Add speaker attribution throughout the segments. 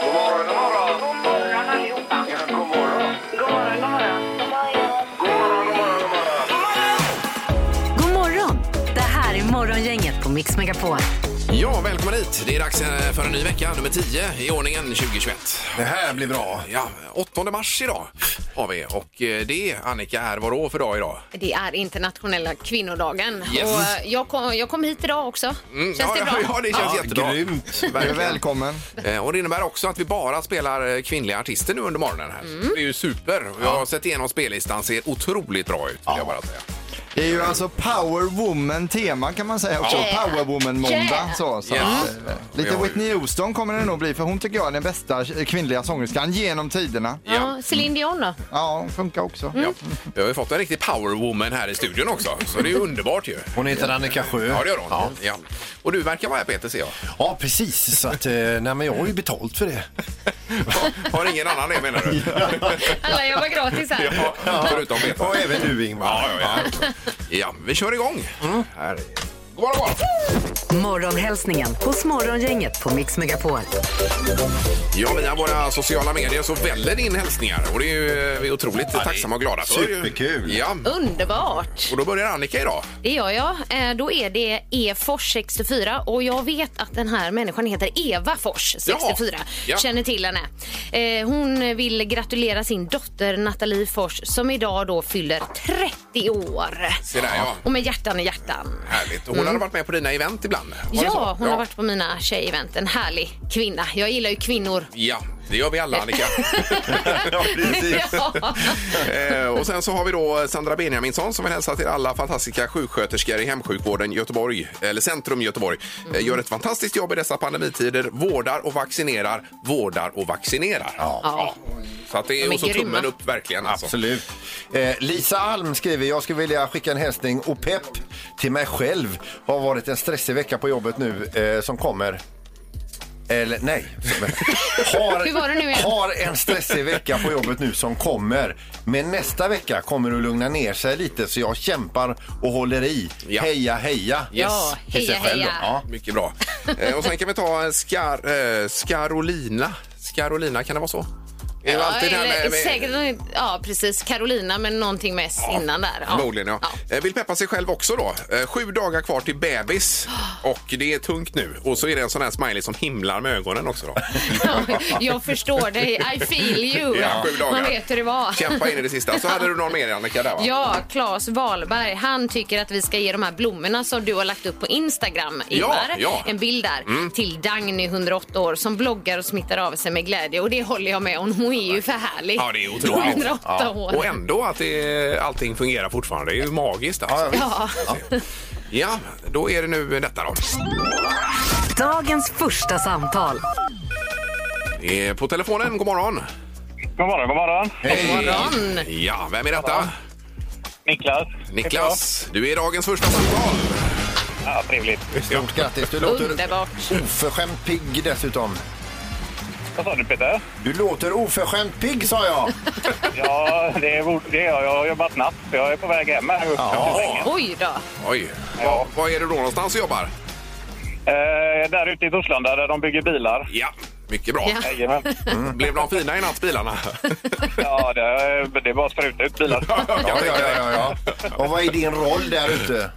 Speaker 1: God morgon, god morgon.
Speaker 2: God morgon allihopa.
Speaker 1: Ja, god morgon.
Speaker 2: God morgon, god morgon.
Speaker 1: God morgon, god morgon, god morgon.
Speaker 3: God morgon! Det här är Morgongänget på Mix Megapol.
Speaker 4: Ja, välkommen hit. Det är dags eh, för en ny vecka, nummer 10 i ordningen 2021.
Speaker 5: Det här blir bra.
Speaker 4: Ja, 8 mars idag har vi och eh, det, Annika, är vad då för dag idag?
Speaker 6: Det är internationella kvinnodagen.
Speaker 4: Yes.
Speaker 6: Och eh, jag, kom, jag kom hit idag också. Känns
Speaker 4: Mm, ja,
Speaker 6: det
Speaker 4: ja,
Speaker 6: bra?
Speaker 4: ja, det känns jättebra.
Speaker 5: Grymt.
Speaker 4: Verkligen.
Speaker 7: Välkommen.
Speaker 4: Eh, Och det innebär också att vi bara spelar eh, kvinnliga artister nu under morgonen här.
Speaker 6: Mm.
Speaker 4: Det är ju super. Och Jag har sett igenom spellistan, ser otroligt bra ut vill jag bara säga.
Speaker 7: Det är ju alltså power woman tema kan man säga också.
Speaker 6: Ja.
Speaker 7: Power woman måndag.
Speaker 6: Ja.
Speaker 7: Så, så
Speaker 4: Ja.
Speaker 7: att, eh,
Speaker 4: Vi
Speaker 7: lite
Speaker 4: har ju-
Speaker 7: Whitney Houston kommer det nog bli för hon tycker jag är den bästa kvinnliga sångerskan genom tiderna.
Speaker 6: Ja, Céline Dion då?
Speaker 7: Ja, hon funkar också.
Speaker 4: Ja. Vi har ju fått en riktig powerwoman här i studion också, så det är ju underbart ju.
Speaker 5: Hon heter Annika Sjö.
Speaker 4: Ja, det gör hon. Ja. Och du verkar vara här Peter ser jag.
Speaker 5: Ja, precis. Så att, eh, nej, men jag har ju betalt för det.
Speaker 4: Har ingen annan det menar du?
Speaker 6: Alla jobbar gratis här.
Speaker 4: Ja, förutom Peter.
Speaker 5: Och även du Ingvar.
Speaker 4: Ja, ja, ja. ja, vi kör igång. Här. är- God morgon, god morgon.
Speaker 3: Morgonhälsningen hos Morgongänget på Mix Megapol.
Speaker 4: Ja, via våra sociala medier så väller det in hälsningar och det är ju, vi är otroligt tacksamma och glada för.
Speaker 5: superkul.
Speaker 4: Ja,
Speaker 6: Underbart!
Speaker 4: och då börjar Annika idag.
Speaker 6: Det gör jag. Eh, Då är det E Fors 64 och jag vet att den här människan heter Eva Fors 64.
Speaker 4: Jaha. Ja.
Speaker 6: Känner till henne. Eh, Hon vill gratulera sin dotter Nathalie Fors som idag då fyller 30 år.
Speaker 4: Se där ja. Mm.
Speaker 6: Och med hjärtan i hjärtan.
Speaker 4: Härligt. Och Hon har varit med på dina event ibland. Var det så?
Speaker 6: Ja, hon har varit på mina tjejevent. En härlig kvinna. Jag gillar ju kvinnor.
Speaker 4: Ja, det gör vi alla Annika.
Speaker 5: Ja, precis.
Speaker 6: Ja.
Speaker 4: eh, och sen så har vi då Sandra Benjaminsson som vill hälsa till alla fantastiska sjuksköterskor i hemsjukvården Göteborg, eller Centrum Göteborg. Eh, gör ett fantastiskt jobb i dessa pandemitider. Vårdar och vaccinerar, vårdar och vaccinerar. Ja. Så att det är,
Speaker 6: De är
Speaker 4: och så
Speaker 6: grymma.
Speaker 4: tummen upp verkligen alltså.
Speaker 5: Absolut. Eh, Lisa Alm skriver, jag skulle vilja skicka en hälsning och pepp till mig själv. Har varit en stressig vecka på jobbet nu eh, som kommer. Eller nej. Har,
Speaker 6: Hur var det nu igen?
Speaker 5: har en stressig vecka på jobbet nu som kommer. Men nästa vecka kommer det att lugna ner sig lite så jag kämpar och håller i.
Speaker 4: Ja.
Speaker 5: Heja, heja.
Speaker 6: Ja,
Speaker 5: Till sig
Speaker 6: heja,
Speaker 5: själv då.
Speaker 6: heja.
Speaker 5: Ja.
Speaker 4: Mycket bra. Eh, och sen kan vi ta eh, Skar, eh, Skarolina. Skarolina, kan det vara så? Det är ju alltid det här
Speaker 6: eller
Speaker 4: med- med-
Speaker 6: Säkert, ja, precis. Carolina, men någonting med S innan där.
Speaker 4: Förmodligen, ja. Eh, Vill peppa sig själv också då. Eh, Sju dagar kvar till bebis och det är tungt nu. Och så är det en sån här smiley som himlar med ögonen också då.
Speaker 6: Jag förstår dig. I feel you.
Speaker 4: Ja, sju dagar.
Speaker 6: Man vet hur det var.
Speaker 4: Kämpa in i det sista. Så hade du någon mer Annika där va?
Speaker 6: Ja, Claes Wahlberg, han tycker att vi ska ge de här blommorna som du har lagt upp på Instagram, Ingvar,
Speaker 4: ja. Mm.
Speaker 6: en bild där, till Dagny, 108 år, som bloggar och smittar av sig med glädje. Och det håller jag med om. Hon är ju för härlig.
Speaker 4: Ja, det är otroligt.
Speaker 6: 108 år.
Speaker 4: Och ändå att det, allting fungerar fortfarande. Det är ju magiskt alltså.
Speaker 6: Ja.
Speaker 4: Ja, då är det nu detta då.
Speaker 3: Dagens första samtal.
Speaker 4: Det är På telefonen, god morgon.
Speaker 8: God morgon, god morgon.
Speaker 6: morgon.
Speaker 4: Ja, vem är detta?
Speaker 8: Niklas.
Speaker 4: Niklas, du är dagens första samtal.
Speaker 8: Ja, trevligt.
Speaker 5: Stort grattis. Du låter
Speaker 6: Underbart.
Speaker 5: oförskämt pigg dessutom.
Speaker 8: Vad sa du Peter?
Speaker 5: Du låter oförskämt pigg sa jag.
Speaker 8: Ja, det är vårt- det är jag. Jag har jobbat natt, så jag är på väg hem här.
Speaker 4: Ja.
Speaker 6: Oj då.
Speaker 4: Oj,
Speaker 8: Ja.
Speaker 4: var är du då någonstans och jobbar?
Speaker 8: Eh, där ute i Torslanda där de bygger bilar.
Speaker 4: Ja, mycket bra.
Speaker 6: Ja.
Speaker 8: Jajamän.
Speaker 4: Blev de fina i natt, bilarna?
Speaker 8: Ja, det, är- det är bara att spruta ut bilar.
Speaker 5: Ja, ja, ja, ja, ja. Och vad är din roll där ute?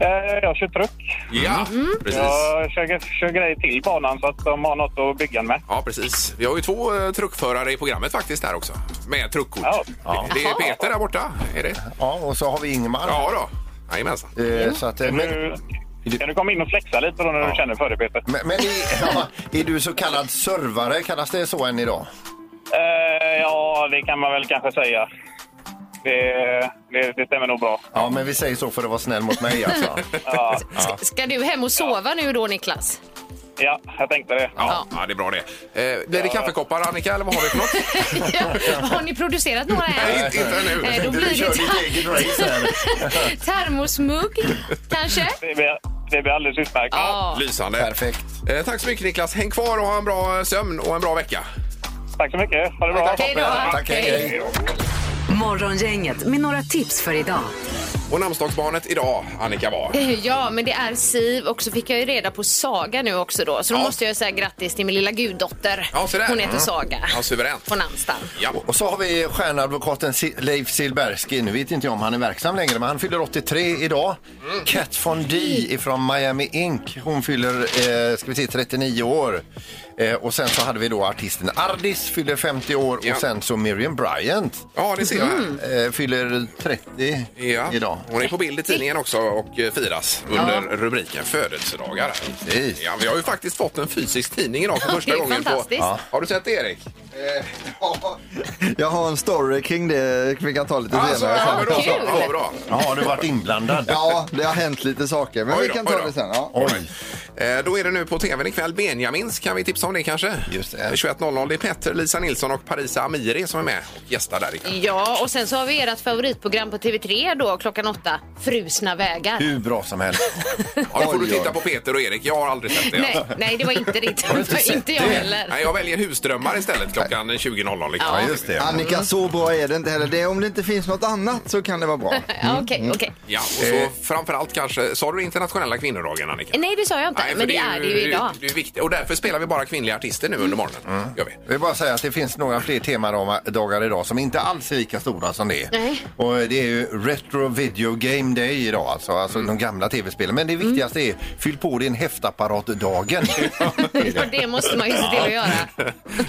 Speaker 8: Eh, jag kör truck.
Speaker 4: Ja, precis.
Speaker 8: Jag kör, kör grejer till banan så att de har något att bygga med.
Speaker 4: Ja, precis. Vi har ju två eh, truckförare i programmet faktiskt här också. Med truckkort.
Speaker 8: Ja.
Speaker 4: Det är Peter där borta. Är det?
Speaker 5: Ja, och så har vi Ingmar.
Speaker 4: Ja då. Jajamensan.
Speaker 5: Eh, så att, eh, men
Speaker 8: Du, kan du komma in och flexa lite då när du känner för det Peter?
Speaker 5: men, men är, ja, är du så kallad servare? Kallas det så än idag?
Speaker 8: Eh, ja, det kan man väl kanske säga. Det, det, det stämmer nog bra.
Speaker 5: Ja, men vi säger så för att vara snäll mot mig alltså.
Speaker 8: Ja,
Speaker 6: Ska, ska du hem och sova nu då, Niklas?
Speaker 8: ja jag tänkte det.
Speaker 4: Ja, ja, det är bra det. Eh, blir det kaffekoppar, Annika, eller vad har vi för något?
Speaker 6: Har ni producerat några
Speaker 4: Nej,
Speaker 6: än?
Speaker 4: inte, inte nu.
Speaker 6: Eh, Då
Speaker 5: Du
Speaker 6: blir
Speaker 5: kör
Speaker 6: det
Speaker 5: ditt
Speaker 6: ter-
Speaker 5: eget race här.
Speaker 6: termosmugg, kanske?
Speaker 8: Det blir, det blir alldeles utmärkt.
Speaker 6: Ja.
Speaker 4: Lysande.
Speaker 5: Perfekt.
Speaker 4: Eh, tack så mycket, Niklas. Häng kvar och ha en bra eh, sömn och en bra vecka.
Speaker 8: Tack så mycket. Ha det bra.
Speaker 6: Hej då.
Speaker 5: Tack, hej, hej.
Speaker 3: Morgongänget med några tips för idag.
Speaker 4: Och namnsdagsbarnet idag, Annika var.
Speaker 6: Eh, Ja, men det är Siv och så fick jag ju reda på Saga nu också då. Så då
Speaker 4: Ja.
Speaker 6: måste jag säga grattis till min lilla guddotter.
Speaker 4: Ja, så där.
Speaker 6: Hon heter
Speaker 4: Mm.
Speaker 6: Saga.
Speaker 4: Ja, suveränt.
Speaker 6: På namnsdagen.
Speaker 4: Ja.
Speaker 5: Och så har vi stjärnadvokaten Si- Leif Silbersky. Nu vet inte jag om han är verksam längre, men han fyller 83 idag.
Speaker 4: Mm.
Speaker 5: Kat Von D ifrån Miami Inc. Hon fyller eh, ska vi se, 39 år. Eh, och sen så hade vi då artisten Ardis fyller 50 år
Speaker 4: Ja.
Speaker 5: och sen så Miriam Bryant
Speaker 4: Ja, det ser jag här.
Speaker 5: eh, fyller 30
Speaker 4: Ja.
Speaker 5: idag.
Speaker 4: Hon är på bild i tidningen också och eh, firas under rubriken födelsedagar.
Speaker 5: Precis.
Speaker 4: Ja, vi har ju faktiskt fått en fysisk tidning idag för
Speaker 6: Ja,
Speaker 4: första
Speaker 6: det är
Speaker 4: gången. På...
Speaker 6: fantastiskt. Ja.
Speaker 4: Har du sett det, Erik?
Speaker 7: Eh, Jag har en story kring det vi kan ta lite
Speaker 4: Alltså,
Speaker 7: senare.
Speaker 4: ja, men då, så.
Speaker 6: Kul.
Speaker 4: Ja, bra.
Speaker 5: Ja, har du varit inblandad?
Speaker 7: Ja, det har hänt lite saker, men
Speaker 4: Oj
Speaker 7: vi
Speaker 4: då,
Speaker 7: kan
Speaker 4: oj
Speaker 7: ta
Speaker 4: då.
Speaker 7: det sen. Ja.
Speaker 5: Oj.
Speaker 4: Eh, Då är det nu på tvn ikväll. Benjamins, kan vi tipsa om det kanske?
Speaker 5: Just det.
Speaker 4: 21.00. Det är Petter, Lisa Nilsson och Parisa Amiri som är med och gästar där ikväll.
Speaker 6: Ja, och sen så har vi ert favoritprogram på TV3 då klockan åtta. Frusna vägar.
Speaker 5: Hur bra som helst.
Speaker 4: Ja, då får
Speaker 7: Oj,
Speaker 4: du
Speaker 7: oj.
Speaker 4: titta på Peter och Erik. Jag har aldrig sett det.
Speaker 6: Nej, nej, det var inte ditt.
Speaker 5: inte sett
Speaker 6: inte jag
Speaker 5: det?
Speaker 6: heller.
Speaker 4: Nej, jag väljer husdrömmar istället klockan 20.00. Liksom.
Speaker 5: Ja, just det.
Speaker 7: Annika, så bra är det inte heller. Det, är- om det inte finns något annat så kan det vara bra.
Speaker 6: Ja, Okej, okej.
Speaker 4: Ja, och så
Speaker 5: Eh.
Speaker 4: framförallt kanske, sa du internationella kvinnodagen Annika?
Speaker 6: Nej, det sa jag inte,
Speaker 4: Nej, för
Speaker 6: men det är det ju idag.
Speaker 4: Det är viktigt och därför spelar vi bara kvinnliga artister nu under morgonen. Gör vi.
Speaker 5: Jag vill bara säga att det finns några fler temadagar idag som inte alls är lika stora som det.
Speaker 6: Nej.
Speaker 5: Och det är ju Retro Video Game Day idag, alltså, alltså de gamla tv-spelen. Men det viktigaste är, fyll på din häftapparat-dagen.
Speaker 6: Ja, det måste man ju se till att göra.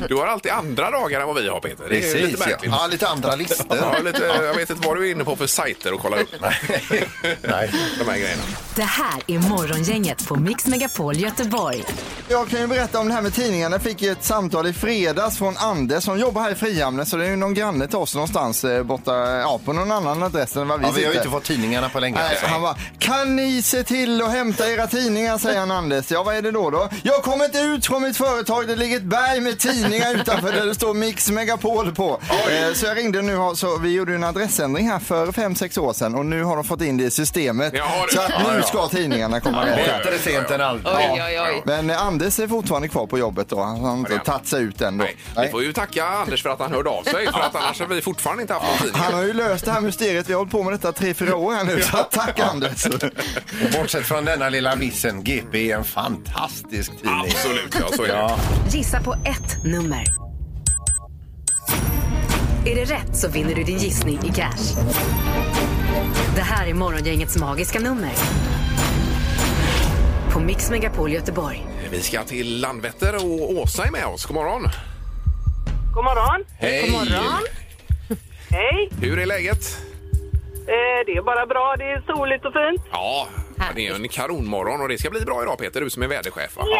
Speaker 4: Du har alltid andra dagar än vad vi har Peter. Det är ju lite
Speaker 5: ja.
Speaker 4: märkligt.
Speaker 5: ja, lite andra listor.
Speaker 4: Ja, lite, jag vet inte vad du är inne på för sajter och kollar upp
Speaker 5: Nej.
Speaker 4: de här grejerna.
Speaker 3: Det här är Morgongänget på Mix Megapol Göteborg.
Speaker 7: Jag kan ju berätta om det här med tidningarna. Jag fick ju ett samtal i fredags från Anders som jobbar här i Frihamnen. Så det är ju någon granne till oss någonstans eh, borta, ja på någon annan adress än vad vi
Speaker 5: Ja, vi har
Speaker 7: sitter.
Speaker 5: ju inte fått tidningarna på länge.
Speaker 7: Nej,
Speaker 5: Alltså.
Speaker 7: han bara, kan ni se till att hämta era tidningar, säger han Anders. Ja, vad är det då då? Jag kommer inte ut från mitt företag, det ligger ett berg med tidningar utanför där det står Mix Megapol på. Eh, så jag ringde nu, har- så vi gjorde ju en adressändring här för fem sex år sedan och nu har de fått in det i systemet.
Speaker 4: Jaha, du.
Speaker 7: Så att
Speaker 4: Ja,
Speaker 7: nu
Speaker 4: ja.
Speaker 7: ska tidningarna komma rätt.
Speaker 5: Bättre sent än aldrig.
Speaker 6: Oj, oj, oj.
Speaker 7: Men eh, Anders är fortfarande kvar på jobbet då. Han har
Speaker 4: Ja, det är
Speaker 7: inte
Speaker 4: han.
Speaker 7: tagit sig ut än då.
Speaker 4: Nej. Vi får ju tacka Anders för att han hörde av sig för att annars hade vi fortfarande inte haft någon tidning.
Speaker 7: Han har ju löst det här mysteriet. Vi har hållit på med detta tre, fyra år här nu. Så tack Anders.
Speaker 4: Mm.
Speaker 5: Och bortsett från denna lilla missen, GP är en fantastisk tidning.
Speaker 4: Absolut, ja så är det.
Speaker 5: Ja.
Speaker 3: Gissa på ett nummer. Är det rätt så vinner du din gissning i cash. Det här är Morgongängets magiska nummer. På Mix Megapol Göteborg.
Speaker 4: Vi ska till Landvetter och Åsa är med oss. God morgon!
Speaker 2: God morgon.
Speaker 4: Hej! God morgon.
Speaker 2: Hej.
Speaker 4: Hur är läget?
Speaker 2: Eh, det är bara bra. Det är soligt och fint.
Speaker 4: Ja, det är ju en kanonmorgon och det ska bli bra idag Peter, du som är väderchef. va?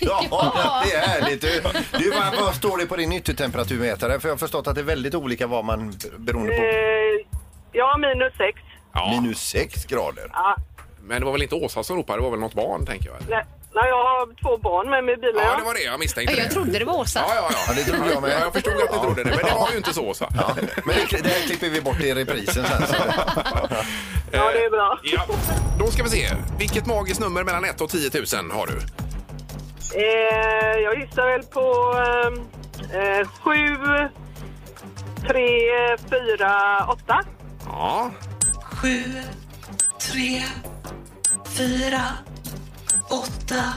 Speaker 5: Ja, det är härligt. Du, du vad, vad står det på din yttertemperaturmätare? För jag har förstått att det är väldigt olika vad man beroende på.
Speaker 2: Eh, ja, minus sex.
Speaker 4: Ja,
Speaker 5: Minus sex grader.
Speaker 2: Ja.
Speaker 4: men det var väl inte Åsa som ropade, det var väl något barn tänker jag? eller?
Speaker 2: Nej, nej, jag har två barn med mig i bilen.
Speaker 4: Ja, det var det. Jag misstänkte
Speaker 6: Jag trodde det var Åsa.
Speaker 4: Ja, ja, ja.
Speaker 5: Ja, det trodde jag med.
Speaker 4: Ja, jag förstod att ni trodde det, men det var ju inte så Åsa.
Speaker 5: Ja, men det, det här klipper vi bort i reprisen sen. Så.
Speaker 2: Ja, det är bra.
Speaker 4: Ja, då ska vi se. Vilket magiskt nummer mellan 1 och 10 000 har du?
Speaker 2: Eh, jag gissar väl på eh, eh, sju, tre, fyra, åtta.
Speaker 4: Ja.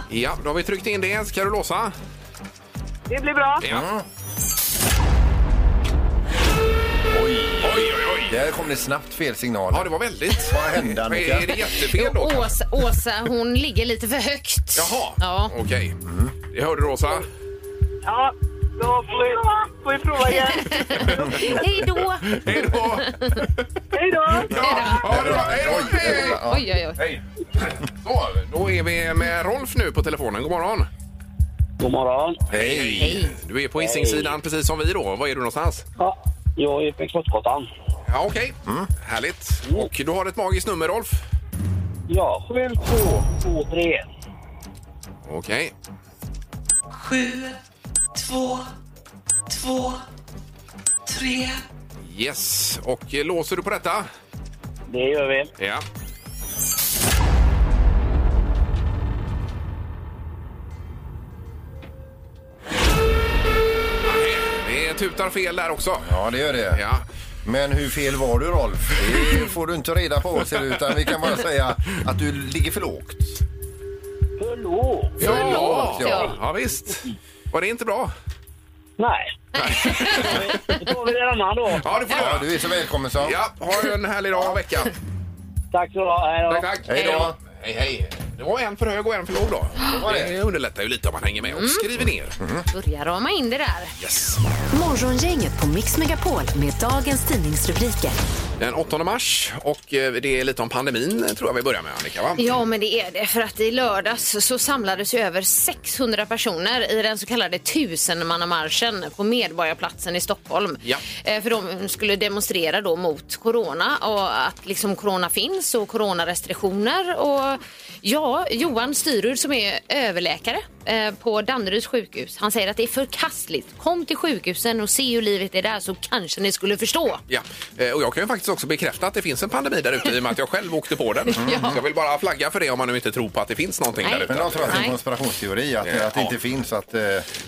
Speaker 4: Ja, då har vi tryckt in det. Ska du låsa?
Speaker 2: Det blir bra.
Speaker 5: Mm.
Speaker 4: Ja. Oj, oj, oj.
Speaker 5: Där kom det snabbt fel
Speaker 4: Ja,
Speaker 5: signaler.
Speaker 4: det var väldigt.
Speaker 5: Vad hände, Annika?
Speaker 4: Är det jättefel då? kanske?
Speaker 6: Åsa, Åsa, hon ligger lite för högt.
Speaker 4: Jaha,
Speaker 6: Ja.
Speaker 4: okej. Det hörde du, Åsa.
Speaker 2: Ja, då får vi, får vi prova igen.
Speaker 6: Hej då!
Speaker 4: Hej då!
Speaker 2: Hej då!
Speaker 4: Ja, ha det bra. Hej då! Hej, hej.
Speaker 6: Oj, oj, oj.
Speaker 4: Hej! Så, då är vi med Rolf nu på telefonen. God morgon!
Speaker 9: God morgon.
Speaker 4: Hej! Du är på Hisingssidan precis som vi då. Var är du någonstans?
Speaker 9: Ja, jag är på Exportgatan.
Speaker 4: Ja, okej. Oh. Härligt. Och du har ett magiskt nummer, Rolf.
Speaker 9: Ja, 7223.
Speaker 4: Okej. Yes. Och eh, låser du på detta?
Speaker 9: Det gör vi.
Speaker 4: Ja. Nej, Det tutar fel där också.
Speaker 5: Ja, det gör det.
Speaker 4: Ja.
Speaker 5: Men hur fel var du Rolf? Det får du inte reda på ser det, utan vi kan bara säga att du ligger för lågt.
Speaker 9: Förlåt.
Speaker 4: Ja,
Speaker 6: ja.
Speaker 4: ja visst. Var det inte bra?
Speaker 9: Nej. Då tar vi det annan då.
Speaker 4: Ja, det får du
Speaker 5: Ja,
Speaker 4: göra.
Speaker 5: du är så välkommen så.
Speaker 4: Ja, ha en härlig dag och vecka.
Speaker 9: Tack så du ha. Hej då.
Speaker 4: Tack, tack.
Speaker 5: Hej då.
Speaker 4: Hej, hej. Det var en för hög och en för låg då. Det underlättar ju lite om man hänger med och
Speaker 6: Mm.
Speaker 4: skriver ner.
Speaker 6: Börja rama in det där.
Speaker 4: Yes.
Speaker 3: Morgongänget på Mix Megapol med dagens tidningsrubriker.
Speaker 4: Den 8 mars och eh, det är lite om pandemin eh, tror jag vi börjar med Annika va?
Speaker 6: Ja, men det är det. För att i lördags så samlades ju över 600 personer i den så kallade tusenmannamarschen på Medborgarplatsen i Stockholm.
Speaker 4: Ja.
Speaker 6: Eh, För de skulle demonstrera då mot corona och att liksom corona finns och coronarestriktioner. Och ja, Johan Styrud som är överläkare eh, på Danderyds sjukhus, han säger att det är förkastligt. Kom till sjukhusen och se hur livet är där så kanske ni skulle förstå.
Speaker 4: Ja, eh, och jag kan ju faktiskt också bekräfta att det finns en pandemi där ute i och med att jag själv åkte på den. Så jag vill bara flagga för det om man nu inte tror på att det finns någonting
Speaker 6: Mm.
Speaker 4: där
Speaker 6: Nej.
Speaker 5: Men
Speaker 4: ute.
Speaker 5: jag tror att det är en
Speaker 6: Nej.
Speaker 5: konspirationsteori att, att det inte finns. Att, eh,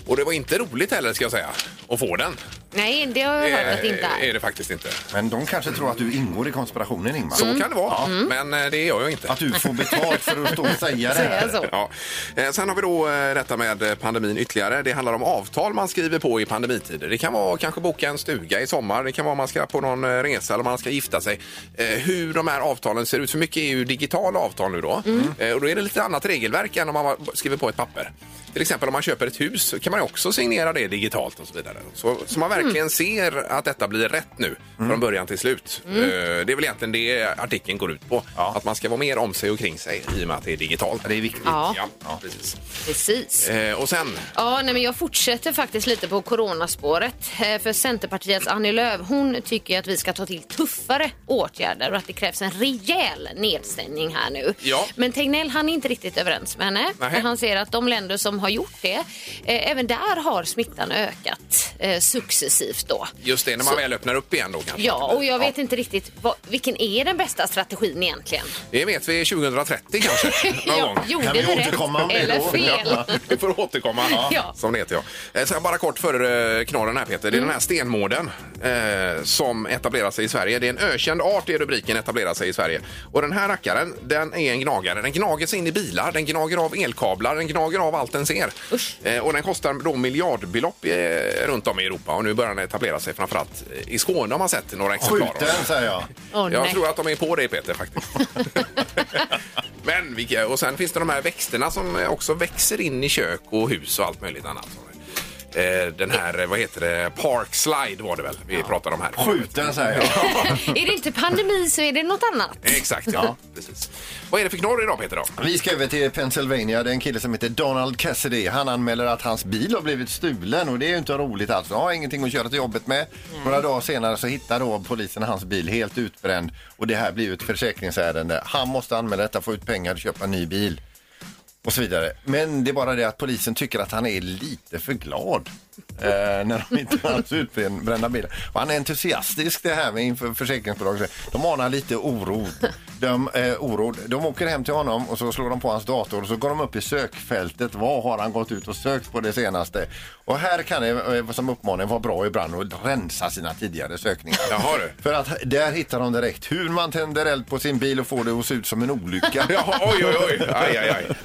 Speaker 4: Och det var inte roligt heller ska jag säga, att få den. Eh,
Speaker 6: Nej, det har jag hört att det inte
Speaker 4: är
Speaker 6: är.
Speaker 4: det faktiskt inte.
Speaker 5: men de kanske tror att du ingår i konspirationen Ingmar.
Speaker 6: Mm.
Speaker 4: Så kan det vara, men eh, det gör jag inte.
Speaker 5: Att du får betalt för att stå och säga det
Speaker 6: Säga
Speaker 5: här.
Speaker 6: så.
Speaker 4: Ja. Eh, Sen har vi då eh, detta med eh, pandemin ytterligare. Det handlar om avtal man skriver på i pandemitider. Det kan vara kanske boka en stuga i sommar, det kan vara man ska på någon eh, resa eller man ska gifta sig. Eh, Hur de här avtalen ser ut, för mycket är ju digitala avtal nu då.
Speaker 5: Mm.
Speaker 4: Eh, Och då är det lite annat regelverk än om man var- skriver på ett papper. Till exempel om man köper ett hus så kan man ju också signera det digitalt och så vidare. Så, så man verkligen
Speaker 5: Mm.
Speaker 4: ser att detta blir rätt nu från början till slut.
Speaker 5: Mm.
Speaker 4: Eh, Det är väl egentligen det artikeln går ut på. Att man ska vara mer om sig och kring sig i och med att det är digitalt.
Speaker 5: Det är viktigt.
Speaker 6: Ja,
Speaker 4: Ja, precis.
Speaker 6: precis.
Speaker 4: Eh, och sen,
Speaker 6: Ja, nej, men jag fortsätter faktiskt lite på coronaspåret. Eh, För Centerpartiets Annie Lööf, hon tycker att vi ska ta till tuffare åtgärder och att det krävs en rejäl nedstängning här nu.
Speaker 4: Ja.
Speaker 6: Men Tegnell, han är inte riktigt överens med henne.
Speaker 4: Nej.
Speaker 6: För Han ser att de länder som har gjort det, eh, även där har smittan ökat eh, successivt då.
Speaker 4: just det, när man
Speaker 6: Så-
Speaker 4: väl öppnar upp igen då kanske.
Speaker 6: Ja, och jag vet inte riktigt vad, vilken är den bästa strategin egentligen.
Speaker 4: Det vet vi 2030 kanske. Någon
Speaker 6: Ja,
Speaker 4: gång.
Speaker 6: gjorde
Speaker 5: Kan vi
Speaker 6: vi rätt
Speaker 5: återkomma om det
Speaker 6: eller
Speaker 5: då?
Speaker 6: fel?
Speaker 5: Ja.
Speaker 4: Vi får återkomma,
Speaker 6: Ja.
Speaker 4: som det heter ja. Eh, Sen bara kort för eh, knorren här Peter. Det är den här stenmården eh, som etablerar sig i Sverige. Det är en ökänd art i rubriken etablerar sig i Sverige. Och den här rackaren, den är en gnagare. Den gnager sig in i bilar, den gnager av elkablar, den gnager av allt den ser. Eh, Och den kostar då miljardbelopp eh, runt om i Europa och nu börjar den etablera sig framförallt i Skåne har man sett några exemplar. av den.
Speaker 5: Skjuten säger jag.
Speaker 6: Åh,
Speaker 4: jag
Speaker 6: nej.
Speaker 4: tror att de är på dig Peter faktiskt. Men vilka, och sen finns det de här växterna som också växer in i kök och hus och allt möjligt annat. Eh, Den här, eh, vad heter det, Park Slide var det väl vi pratade om här.
Speaker 5: Skjuten säger jag.
Speaker 6: Är det inte pandemi så är det något annat.
Speaker 4: Exakt, ja. Precis. Vad är det för knorr idag Peter då?
Speaker 5: Vi ska över till Pennsylvania. Det är en kille som heter Donald Cassidy. Han anmäler att hans bil har blivit stulen och det är ju inte roligt alls. Han har ingenting att köra till jobbet med. Några dagar senare så hittar då polisen hans bil helt utbränd och det här blir ju ett försäkringsärende. Han måste anmäla detta, få ut pengar och köpa en ny bil och så vidare. Men det är bara det att polisen tycker att han är lite för glad. Eh, när de hittar hans utbrända bil. Och han är entusiastisk det här med inför försäkringsbolaget. De anar lite oro. De, eh, oro. de åker hem till honom och så slår de på hans dator och så går de upp i sökfältet. Vad har han gått ut och sökt på det senaste? Och här kan det eh, som uppmaning vara bra ibland att rensa sina tidigare sökningar.
Speaker 4: Jaha du.
Speaker 5: För att där hittar de direkt hur man tänder eld på sin bil och får det att se ut som en olycka.
Speaker 4: Jaha, oj, oj, oj. Aj, aj, aj.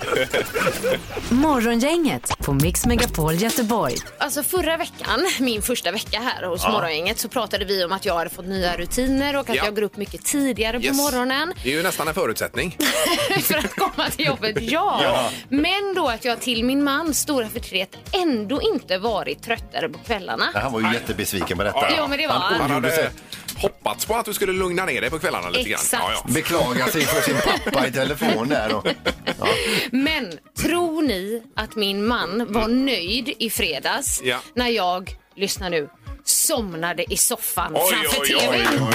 Speaker 3: Morgongänget på Mix Megapol Göteborg.
Speaker 6: Alltså förra veckan, min första vecka här hos Morgongänget, så pratade vi om att jag hade fått nya rutiner och att
Speaker 4: Ja.
Speaker 6: jag går upp mycket tidigare på
Speaker 4: Yes.
Speaker 6: morgonen
Speaker 4: Det är ju nästan en förutsättning.
Speaker 6: för att komma till jobbet. Ja. Men då att jag till min mans stora förtret ändå inte varit tröttare på kvällarna.
Speaker 5: Han var ju jättebesviken på detta.
Speaker 4: Ja,
Speaker 6: Jo, men det var
Speaker 5: han.
Speaker 6: han.
Speaker 4: Man
Speaker 5: ondgjorde sig.
Speaker 4: hade hoppats på att du skulle lugna ner dig på kvällarna lite
Speaker 6: Exakt.
Speaker 4: grann. Ja,
Speaker 5: Beklagar sig för sin pappa i telefon där. Och, ja.
Speaker 6: Men tror ni att min man var nöjd i fredags
Speaker 4: Mm. Ja.
Speaker 6: när jag, lyssna nu, somnade i soffan
Speaker 4: Oj,
Speaker 6: framför
Speaker 4: oj, oj,
Speaker 6: tvn?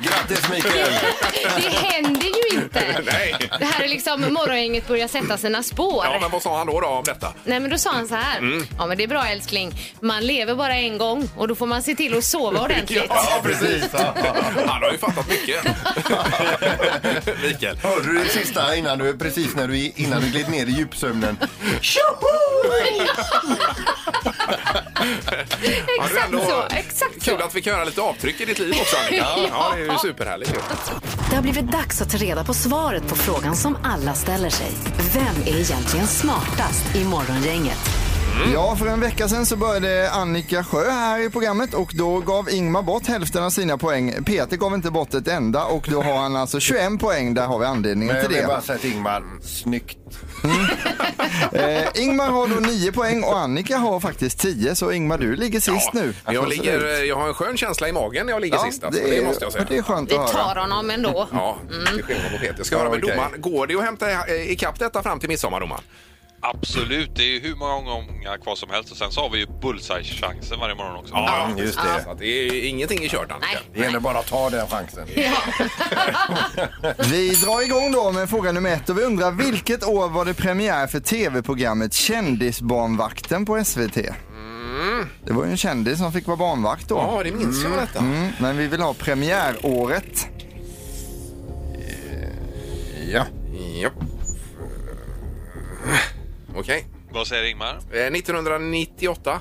Speaker 5: Grattis Mikael!
Speaker 6: Det händer ju inte.
Speaker 4: Nej.
Speaker 6: Det här är liksom morgongänget börjar sätta sina spår.
Speaker 4: ja. ja, men vad sa han då, då om detta?
Speaker 6: Nej men då sa han så här.
Speaker 4: Mm.
Speaker 6: Ja men det är bra älskling. Man lever bara en gång och då får man se till att sova ordentligt.
Speaker 4: Ja,
Speaker 5: precis. Ja.
Speaker 4: Han har ju fattat mycket. Mikael.
Speaker 5: Hörde du det sista innan du, precis när du, innan du gled ner i djupsömnen?
Speaker 4: Ja, det är
Speaker 6: Exakt
Speaker 4: ändå
Speaker 6: så, exakt
Speaker 4: Kul
Speaker 6: så.
Speaker 4: att vi kan göra lite avtryck i ditt liv också Annika.
Speaker 6: Ja.
Speaker 4: Ja, det är ju superhärligt. ju.
Speaker 3: Det har blivit dags att ta reda på svaret på frågan som alla ställer sig. Vem är egentligen smartast i Morgongänget?
Speaker 7: Ja, för en vecka sedan så började Annika Sjö här i programmet och då gav Ingmar bort hälften av sina poäng. Peter gav inte bort ett enda och då har han alltså 21 poäng. Där har vi anledningen
Speaker 5: Men jag
Speaker 7: till
Speaker 5: vill bara
Speaker 7: det.
Speaker 5: säga till Ingmar, snyggt.
Speaker 7: Eh, Ingmar har då 9 poäng och Annika har faktiskt 10 så Ingmar du ligger sist
Speaker 4: Ja,
Speaker 7: nu.
Speaker 4: Jag, ligger, jag har en skön känsla i magen när jag ligger
Speaker 7: Ja,
Speaker 4: sist. Alltså. Det, måste jag säga.
Speaker 7: Det är skönt
Speaker 6: Vi
Speaker 7: att höra.
Speaker 6: tar honom ändå.
Speaker 4: Ja, till skillnad på Peter. Jag ska
Speaker 5: Ja,
Speaker 4: höra med
Speaker 5: okej.
Speaker 4: domaren. Går det att hämta eh, ikapp detta fram till midsommar, domaren?
Speaker 10: Absolut, det är ju hur många omgångar kvar som helst och sen så har vi ju bullseye-chansen varje morgon också.
Speaker 5: Ja, just det.
Speaker 4: Så att det är ingenting i kört, Annika.
Speaker 6: Nej.
Speaker 5: Det gäller bara att ta den chansen.
Speaker 7: Vi drar igång då med fråga nummer ett och vi undrar vilket år var det premiär för tv-programmet Kändisbarnvakten på SVT? Det var ju en kändis som fick vara barnvakt då.
Speaker 4: Ja, det minns jag detta.
Speaker 7: Mm, men vi vill ha premiäråret.
Speaker 5: Ja.
Speaker 4: Japp. Okej.
Speaker 10: Vad säger Ingmar
Speaker 4: Eh, 1998.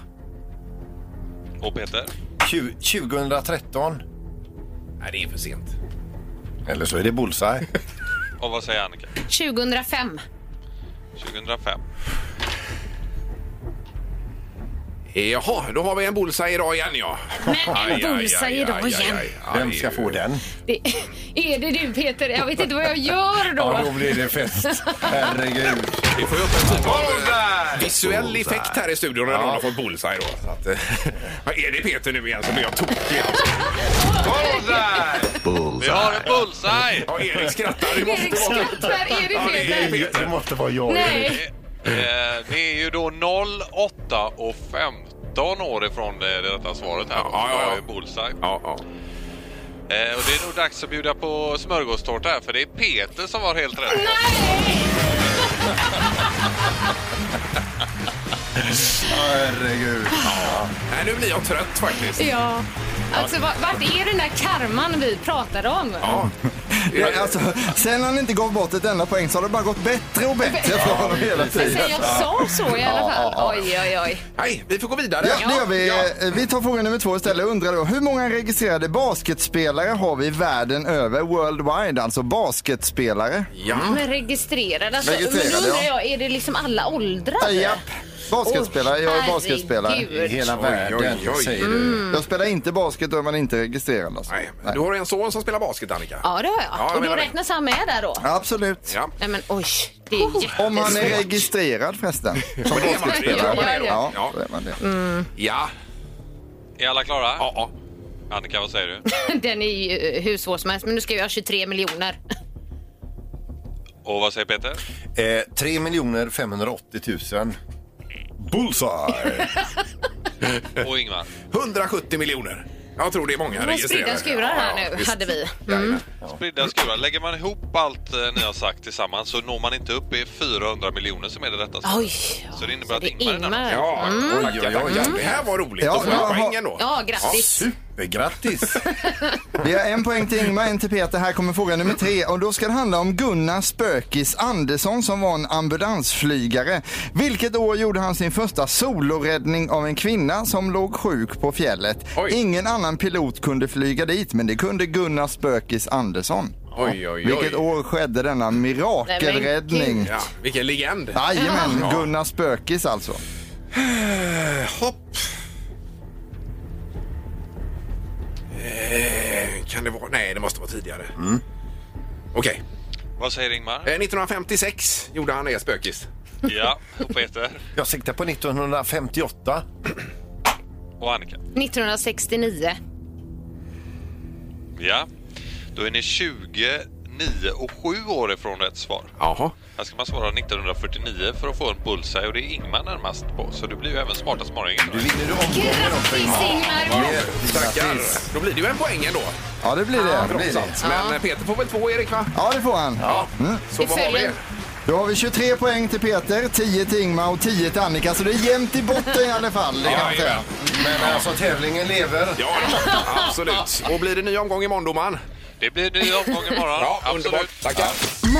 Speaker 10: och Peter?
Speaker 5: Tju- 2013.
Speaker 4: Nej, det är för sent.
Speaker 5: Eller så är det bullseye.
Speaker 10: Och vad säger Annika?
Speaker 6: 2005.
Speaker 10: 2005.
Speaker 4: Jaha, då har vi en bullseye idag igen, ja.
Speaker 6: Men
Speaker 4: Aj,
Speaker 6: en
Speaker 4: aj, aj,
Speaker 6: bullseye
Speaker 4: aj,
Speaker 6: idag
Speaker 4: aj,
Speaker 6: igen.
Speaker 4: aj, aj.
Speaker 5: Vem ska få den?
Speaker 6: Det, är det du Peter? Jag vet inte vad jag gör då.
Speaker 5: Ja, då blir det fest. Herregud.
Speaker 4: Vi får ju upp en typ av eh, visuell effekt här i studion när någon har fått bullseye då. Så att, eh, vad är det Peter nu igen så blir jag tokig alltså. Bullseye!
Speaker 10: Vi har en bullseye!
Speaker 4: Ja, Erik skrattar. Det
Speaker 6: Erik
Speaker 4: måste vara...
Speaker 6: skrattar. Är
Speaker 4: Ja,
Speaker 6: det
Speaker 4: det är
Speaker 6: Peter?
Speaker 4: Peter.
Speaker 5: Det måste vara jag.
Speaker 6: Nej.
Speaker 10: Eh, Det är ju då 08 och 15 år ifrån det, detta svaret här.
Speaker 4: Ja, ja, ja.
Speaker 10: Det var ju Bullseye.
Speaker 4: Ja, ja.
Speaker 10: Eh, Och det är nog dags att bjuda på smörgåstårta här för det är Peter som var helt rätt.
Speaker 5: Herregud.
Speaker 4: Nej, nu blir jag trött faktiskt.
Speaker 6: Ja. Alltså, va- vart är den där karman vi pratade om?
Speaker 4: Ja. Eh,
Speaker 7: Det, alltså, sen han inte gav bort ett enda poäng så har det bara gått bättre och bättre för honom hela tiden.
Speaker 6: Men jag sa så i alla fall. Oj, oj, oj.
Speaker 4: Nej, vi får gå vidare.
Speaker 7: Ja, det gör vi. Eh, Vi tar fråga nummer två istället och undrar då hur många registrerade basketspelare har vi världen över, worldwide, alltså basketspelare?
Speaker 5: Mm.
Speaker 4: Ja.
Speaker 6: Men registrerad alltså.
Speaker 7: Registrerad,
Speaker 6: men då undrar
Speaker 7: ja.
Speaker 6: jag, är det liksom alla åldrar?
Speaker 7: Japp. Basketspelare, jag är basketspelare.
Speaker 5: I hela
Speaker 4: Oj,
Speaker 5: världen
Speaker 4: oj, oj.
Speaker 5: säger du.
Speaker 7: Jag spelar inte basket då är man inte registrerad alltså.
Speaker 4: Mm. Nej. Du har en son som spelar basket, Annika.
Speaker 6: Ja, det har jag.
Speaker 4: Ja, jag
Speaker 6: och då
Speaker 4: menar det.
Speaker 6: räknas han med där då?
Speaker 7: Absolut.
Speaker 4: Ja.
Speaker 6: Nej, men oj. Det är jättesvårt.
Speaker 7: Om han är registrerad förresten. Som
Speaker 4: Men det är man- det gör man det då.
Speaker 7: Ja,
Speaker 4: Ja.
Speaker 7: då är man det.
Speaker 4: Ja.
Speaker 10: Är alla klara?
Speaker 4: Ja, ja.
Speaker 10: Annika, vad säger du?
Speaker 6: Den är ju eh, hur svår som helst, men nu ska vi ha 23 miljoner.
Speaker 10: Och vad säger Peter?
Speaker 5: Eh, 3 580 000. Bullseye!
Speaker 10: Och Ingmar?
Speaker 4: 170 miljoner. Jag tror det är många
Speaker 6: Men spridda
Speaker 4: registrerade.
Speaker 6: skurar här nu,
Speaker 4: visst.
Speaker 6: hade vi. Mm.
Speaker 4: Jajamän.
Speaker 10: Spridda skurar. Lägger man ihop allt eh, ni har sagt tillsammans så når man inte upp i 400 miljoner som är det rätta svaret.
Speaker 6: Oj.
Speaker 10: Så det innebär
Speaker 6: Så
Speaker 10: att
Speaker 6: det är
Speaker 10: Ingmar är närmast.
Speaker 4: Ja, tackar, tackar. Det här var roligt.
Speaker 7: Ja,
Speaker 4: Då får
Speaker 7: ja,
Speaker 4: jag
Speaker 7: ha-
Speaker 4: poängen då.
Speaker 6: Ja, grattis.
Speaker 5: Supergrattis!
Speaker 7: Vi har en poäng till Ingmar, en till Peter. Här kommer fråga nummer tre. Och då ska det handla om Gunnar Spökis Andersson som var en ambulansflygare. Vilket år gjorde han sin första soloräddning av en kvinna som låg sjuk på fjället?
Speaker 4: Oj.
Speaker 7: Ingen annan pilot kunde flyga dit, men det kunde Gunnar Spökis Andersson.
Speaker 4: Oj, oj, oj.
Speaker 7: Vilket år skedde denna mirakelräddning?
Speaker 4: Ja, vilken legend.
Speaker 7: Jajamän, Gunnar Spökis alltså.
Speaker 4: Hopp. Eh, Kan det vara? Nej, det måste vara tidigare. Okej.
Speaker 10: Vad säger Ingmar?
Speaker 4: Eh, 1956 gjorde han det, spökis.
Speaker 10: Ja, och Peter?
Speaker 5: Jag siktar på 1958.
Speaker 10: Och Annika?
Speaker 6: 1969.
Speaker 10: Ja. Då är ni 29 och 7 år ifrån rätt svar.
Speaker 4: Jaha.
Speaker 10: Här ska man svara 1949 för att få en bullseye och det är Ingmar närmast på. Så du blir ju även smartast morgonen.
Speaker 5: Du vinner du omgången också
Speaker 6: Grattis
Speaker 5: Ingmar.
Speaker 6: Ingmar!
Speaker 4: Tackar. Då blir det ju en poäng ändå.
Speaker 7: Ja, det blir det.
Speaker 5: Det blir det.
Speaker 4: Men eh, Peter får väl två, Erik, va?
Speaker 7: Ja, det får han.
Speaker 4: Ja. Så
Speaker 6: Vi
Speaker 4: vad har vi?
Speaker 6: följer.
Speaker 7: Då har vi 23 poäng till Peter, 10 till Ingmar och 10 till Annika. Så det är jämnt i botten i alla fall. Det kan jag säga.
Speaker 4: Jajamän.
Speaker 5: Men alltså tävlingen lever.
Speaker 4: Ja, absolut. Och blir det ny omgång imorgon, domaren?
Speaker 10: Det blir en ny omgång imorgon.
Speaker 4: Ja,
Speaker 10: Absolut.
Speaker 4: underbart. Tackar.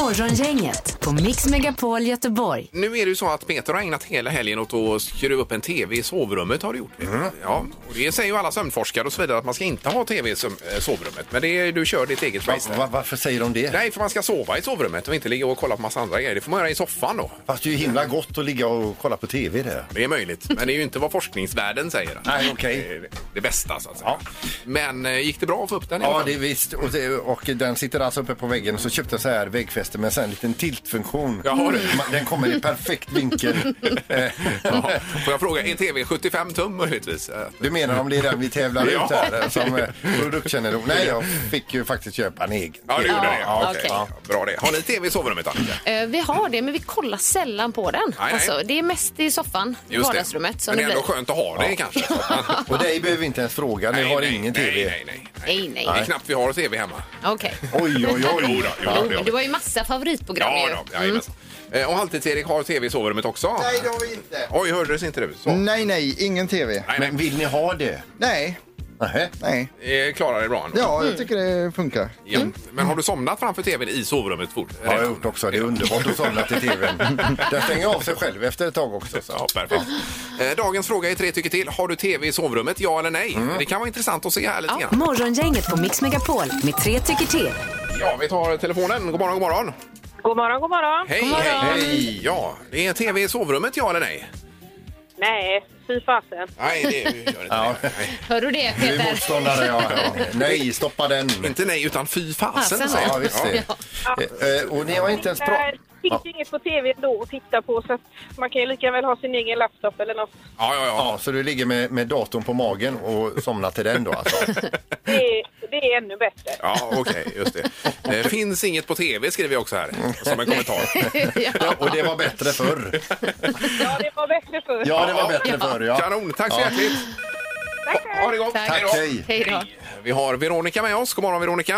Speaker 3: Morgongänget på Mix Megapol Göteborg.
Speaker 4: Nu är det ju så att Peter har ägnat hela helgen åt att skruva upp en tv i sovrummet har du gjort.
Speaker 5: Mm.
Speaker 4: Ja, och det säger ju alla sömnforskare och så vidare att man ska inte ha tv i söm- eh, sovrummet. Men det är, du kör ditt eget race
Speaker 5: Va,
Speaker 4: där.
Speaker 5: va, varför säger de det?
Speaker 4: Nej, för man ska sova i sovrummet och inte ligga och kolla på massa andra grejer. Det får man göra i soffan då.
Speaker 5: Fast det är ju himla gott att ligga och kolla på tv där.
Speaker 4: Det är möjligt, men det är ju inte vad forskningsvärlden säger.
Speaker 5: Nej, okej.
Speaker 4: Det är Det bästa så att säga. Men eh, gick det bra att få upp den? i alla
Speaker 5: Ja,
Speaker 4: fall?
Speaker 5: det är visst. Och, det, och den sitter alltså uppe på väggen. Så köpte jag så här väggfäste med så här en liten tiltfunktion. Mm.
Speaker 4: Jaha, du.
Speaker 5: Man- Den kommer i perfekt vinkel. Eh,
Speaker 4: Jaha. Får jag fråga, är tv 75 tum möjligtvis? Eh,
Speaker 5: Du menar om det är den vi tävlar
Speaker 4: Ja.
Speaker 5: ut här eh, som eh, produktkännedom? Nej, jag fick ju faktiskt köpa en egen.
Speaker 4: Ja, det gjorde det.
Speaker 5: Ja,
Speaker 4: Ja,
Speaker 5: okej.
Speaker 4: okej. Ja, Bra det. Har ni tv i sovrummet, Annika?
Speaker 6: Eh, Vi har det, men vi kollar sällan på den.
Speaker 4: nej.
Speaker 6: Alltså, det är mest i soffan, i
Speaker 4: Just
Speaker 6: vardagsrummet.
Speaker 4: det. Men
Speaker 6: Som
Speaker 4: det
Speaker 6: det
Speaker 4: är
Speaker 6: blir.
Speaker 4: ändå skönt att ha det kanske.
Speaker 5: Och dig behöver vi inte ens fråga. Ni har
Speaker 4: nej,
Speaker 5: ingen
Speaker 4: nej,
Speaker 5: tv.
Speaker 4: Nej, nej, nej.
Speaker 6: Nej, nej.
Speaker 4: Det är knappt vi har tv hemma.
Speaker 6: Okej.
Speaker 5: Oj, oj,
Speaker 4: Jo
Speaker 5: oj.
Speaker 4: då, jo,
Speaker 6: Jo,
Speaker 4: det har
Speaker 6: men
Speaker 4: vi.
Speaker 6: du har ju massa favoritprogram. ju.
Speaker 4: Ja, då, jajamensan. Eh, Och Halvtids-Erik har tv i sovrummet också?
Speaker 7: Nej, det har vi inte.
Speaker 4: Oj, hördes inte du? Så.
Speaker 7: Nej, nej, ingen tv.
Speaker 4: Nej,
Speaker 5: Men
Speaker 4: nej.
Speaker 5: vill ni ha det?
Speaker 7: Nej,
Speaker 5: Nähä.
Speaker 7: nej.
Speaker 4: Eh, Klarar det bra ändå.
Speaker 7: Ja, jag tycker det funkar.
Speaker 4: Ja. Mm. Men har du somnat framför tvn i sovrummet fort?
Speaker 5: Ja, jag har gjort också. Det är underbart att somna till tvn. Den stänger av sig själv efter ett tag också. Så.
Speaker 4: Ja, perfekt. Eh, Dagens fråga är tre tycker till. Har du tv i sovrummet? Ja eller nej?
Speaker 5: Mm.
Speaker 4: Det kan vara intressant att se här lite grann.
Speaker 3: Morgongänget på Mix Megapol med tre tycker till.
Speaker 4: Ja, vi tar telefonen. God morgon, god morgon.
Speaker 2: God morgon, god morgon.
Speaker 4: Hej, hej, hej. Ja, det är tv i sovrummet, ja eller nej?
Speaker 2: Nej, fy fasen.
Speaker 4: Nej, det gör inte
Speaker 5: Ja.
Speaker 4: det. Nej.
Speaker 6: Hör du det,
Speaker 5: Du är
Speaker 6: Peter?
Speaker 5: motståndare, ja. ja. Nej, stoppa den.
Speaker 4: Inte nej, utan fy fasen.
Speaker 6: Fasen.
Speaker 4: säger jag.
Speaker 5: Ja, visst det. Eh, eh, Och ni har inte ens pratat...
Speaker 2: finns ju inget på tv ändå att titta på så att man kan ju lika väl ha sin egen laptop eller något.
Speaker 4: Ja, ja, ja.
Speaker 5: Ja, så du ligger med, med datorn på magen och somnar till den då alltså?
Speaker 2: Det är, det är ännu bättre.
Speaker 4: Ja, okej, just det. Eh, finns inget på tv skriver jag också här som en kommentar.
Speaker 5: Ja, och det var bättre förr.
Speaker 2: Ja, det var bättre förr.
Speaker 5: Ja, det var bättre förr ja.
Speaker 4: Kanon, tack så hjärtligt. Ha, ha det gott.
Speaker 6: Tack.
Speaker 5: Tack, hej.
Speaker 6: Hej då.
Speaker 4: Vi har Veronica med oss. God morgon, Veronica.